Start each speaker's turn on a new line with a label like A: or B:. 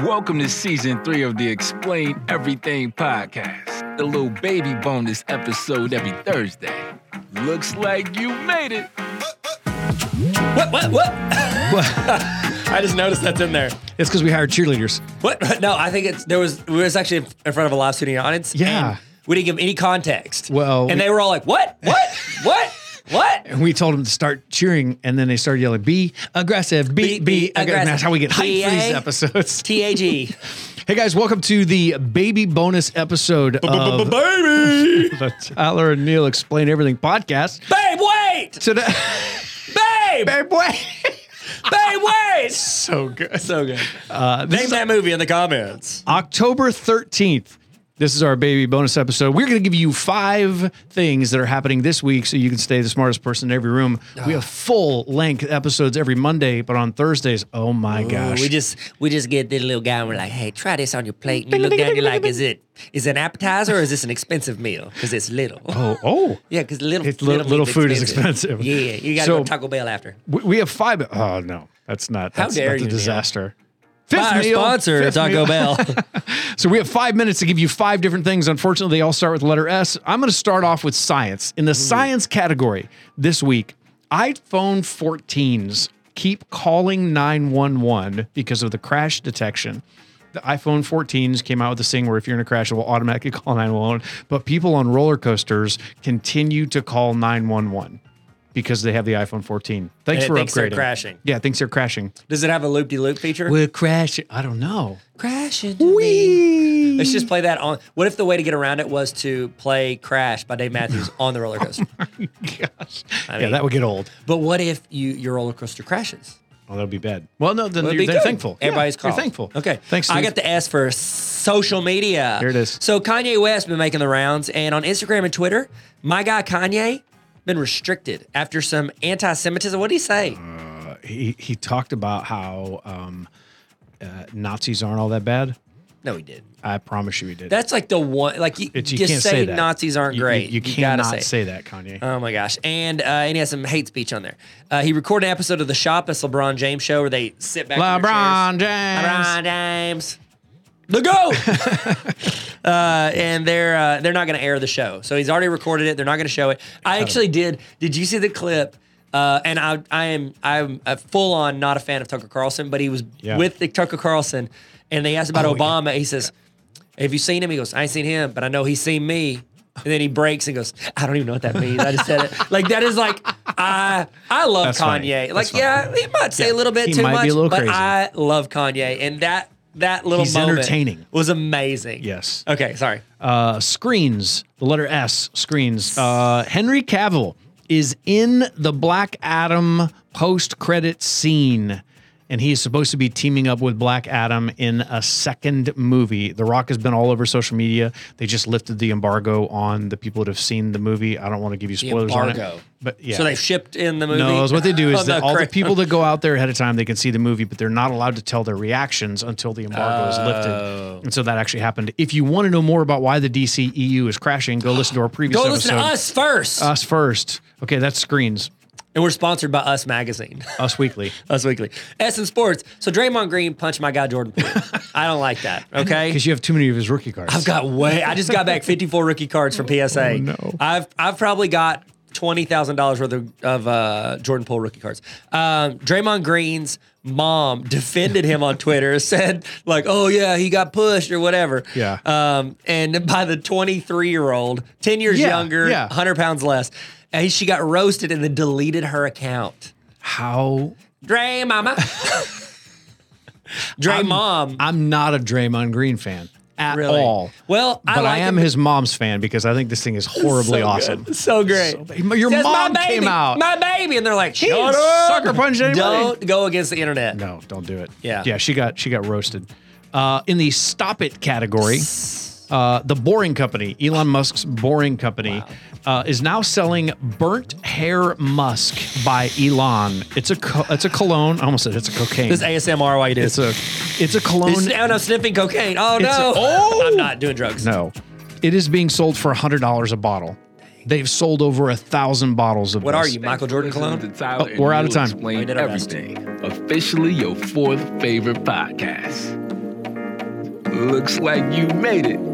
A: Welcome to season three of the Explain Everything podcast, the little baby bonus episode every Thursday. Looks like you made it.
B: What? What? What? I just noticed that's in there.
C: It's because we hired cheerleaders.
B: What? No, I think it's there was we was actually in front of a live studio audience.
C: Yeah.
B: and we didn't give any context.
C: Well,
B: and
C: we-
B: they were all like, "What? What? what? What?"
C: And we told them to start cheering, and then they started yelling, "Be aggressive, be, be, aggressive." And that's how we get hyped for
B: BA.
C: these episodes.
B: T A G.
C: hey guys, welcome to the baby bonus episode of
B: Baby,
C: the Tyler and Neil Explain Everything podcast.
B: babe, wait,
C: Today,
B: babe,
C: babe, boy,
B: babe, wait.
C: so Oh, good.
B: So good.
C: Uh, this
B: Name
C: is
B: that movie in the comments.
C: October thirteenth. This is our baby bonus episode. We're going to give you five things that are happening this week so you can stay the smartest person in every room. We have full length episodes every Monday, but on Thursdays, oh my gosh.
B: We just we just get this little guy and we're like, hey, try this on your plate. And you look down, you're like, is it is it an appetizer or is this an expensive meal? Because it's little.
C: Oh, oh.
B: Yeah, because little,
C: It's little- little
B: meat's
C: food is expensive.
B: Yeah, you got to
C: So-
B: go to Taco Bell after.
C: We, we have five. Oh no, that's not.
B: How
C: That's,
B: dare
C: that's
B: you,
C: a
B: Neil.
C: disaster.
B: By our
C: meal,
B: sponsor,
C: fifth
B: Taco
C: meal.
B: Bell.
C: So we have five minutes to give you five different things. Unfortunately, they all start with letter S. I'm going to start off with science. In the
B: Hmm.
C: science category this week, iPhone 14s keep calling 911 because of the crash detection. The iPhone 14s came out with this thing where if you're in a crash, it will automatically call 911. But people on roller coasters continue to call 911 because they have the iPhone 14. Thanks
B: And it
C: for
B: thinks they're
C: upgrading.
B: crashing.
C: Yeah, it thinks they're crashing.
B: Does it have a loop de loop feature?
C: We're crashing. I don't know.
B: Crash into me. Let's just play that on. What if the way to get around it was to play Crash by Dave Matthews on the roller coaster?
C: Gosh. yeah,
B: mean-
C: that would get old.
B: but what if you your roller coaster crashes?
C: Oh, that would be bad. Well, no, then
B: Would
C: you're,
B: be
C: then
B: good.
C: thankful. Yeah,
B: Everybody's
C: You're
B: called.
C: thankful.
B: Okay.
C: Thanks,
B: I
C: Steve.
B: got the S for social media.
C: Here it is.
B: So Kanye West been making the rounds, and on Instagram and Twitter, my guy Kanye been restricted after some anti-Semitism. What did he say?
C: Uh-huh. he, he talked about how um, uh, Nazis aren't all that bad.
B: no, he didn't.
C: I promise you he did.
B: That's like the one. Like you,
C: It's- you
B: just
C: can't
B: say,
C: say, that.
B: Nazis aren't
C: You- you-
B: great.
C: You,
B: gotta
C: cannot say. that, Kanye.
B: Oh my gosh! And uh, and he has some hate speech on there. Uh, he recorded an episode of the Shop, this LeBron James show, where they sit back. in their
C: LeBron
B: chairs.
C: James.
B: LeBron James. The go. uh, and they're uh, they're not going to air the show, so he's already recorded it. They're not going to show it. I actually did. Did you see the clip? Uh, and I I am I'm a full on not a fan of Tucker Carlson, but he was
C: Yeah.
B: with the Tucker Carlson, and they asked about
C: Oh, yeah.
B: Obama. He says, "Have you seen him?" He goes, "I ain't seen him, but I know he's seen me." And then he breaks and goes, "I don't even know what that means. I just said it." Like that is like I I love
C: That's
B: Kanye.
C: funny.
B: Like
C: That's funny.
B: yeah, he might say a little bit
C: He
B: too
C: might be
B: much,
C: a little
B: but
C: crazy.
B: I love Kanye, and that that little
C: He's
B: moment
C: entertaining.
B: was amazing.
C: Yes.
B: Okay, sorry.
C: Uh, screens, the letter S, screens. Uh, Henry Cavill is in the Black Adam post credit scene, and he is supposed to be teaming up with Black Adam in a second movie. The Rock has been all over social media. They just lifted the embargo on the people that have seen the movie. I don't want to give you spoilers on
B: embargo.
C: it, but yeah.
B: So they shipped in the movie. Oh,
C: No, it's what they do is
B: On
C: that all
B: cra-
C: the people that go out there ahead of time, they can see the movie, but they're not allowed to tell their reactions until the embargo is
B: Oh.
C: lifted. And so that actually happened. If you want to know more about why the DCEU is crashing, go listen to our previous
B: Go
C: episode.
B: listen
C: Uh.
B: to us first,
C: Us first. Okay, that's screens.
B: and we're sponsored by Us Magazine,
C: Us Weekly.
B: Us Weekly, S in Sports. So Draymond Green punched my guy Jordan Poole. I don't like that. Okay,
C: Because you have too many of his rookie cards.
B: I've got way. I just got back 54 rookie cards from PSA.
C: Oh, no.
B: I've I've probably got twenty thousand dollars worth of, of uh, Jordan Poole rookie cards. Um, Draymond Green's mom defended him on Twitter, said like, "Oh yeah, he got pushed or whatever."
C: Yeah.
B: Um, and by the 23 year old, 10 years
C: Yeah,
B: younger,
C: yeah.
B: 100 pounds less, and she got roasted and then deleted her account.
C: How?
B: Dray mama. Dray mom.
C: I'm not a Draymond Green fan at
B: Really?
C: all.
B: Well, I
C: but I,
B: like
C: am
B: him-
C: his mom's fan because I think this thing is horribly
B: so
C: awesome.
B: Good. So great.
C: ba- your
B: Says,
C: mom
B: my
C: came
B: baby,
C: out."
B: My baby. And they're like, shut
C: didn't
B: up.
C: sucker punch anybody.
B: Don't go against the internet.
C: No, don't do it.
B: Yeah.
C: Yeah, she got she got roasted. Uh, in the stop it category, uh, the Boring Company, Elon Musk's Boring Company, uh, is now selling burnt hair musk by Elon. It's a co- it's a cologne. I almost said it's a cocaine.
B: This ASMR while you do
C: it's a it's a cologne.
B: It's, oh, no, sniffing cocaine. Oh, no.
C: It's a- Oh!
B: I'm not doing drugs.
C: no, it is being sold for hundred dollars a bottle. They've sold over a thousand bottles of
B: What
C: this.
B: are you, Michael Jordan
A: Listen
B: cologne?
A: to Tyler
C: Oh,
A: and
C: we're out
A: Neil
C: of time.
B: We
A: Explain
B: did our best.
A: everything. Officially your fourth favorite podcast. Looks like you made it.